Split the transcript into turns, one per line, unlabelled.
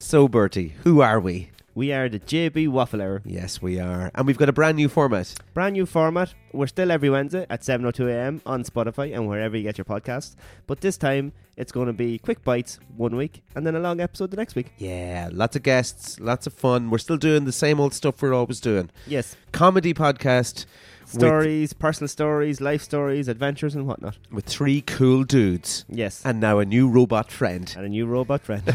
So, Bertie, who are we?
We are the JB Waffle Hour.
Yes, we are. And we've got a brand new format.
Brand new format. We're still every Wednesday at 7.02am on Spotify and wherever you get your podcasts. But this time, it's going to be quick bites one week and then a long episode the next week.
Yeah, lots of guests, lots of fun. We're still doing the same old stuff we're always doing.
Yes.
Comedy podcast with-
Stories, personal stories, life stories, adventures and whatnot.
with, three cool dudes
Yes.
and now a new robot friend.
And a new robot friend.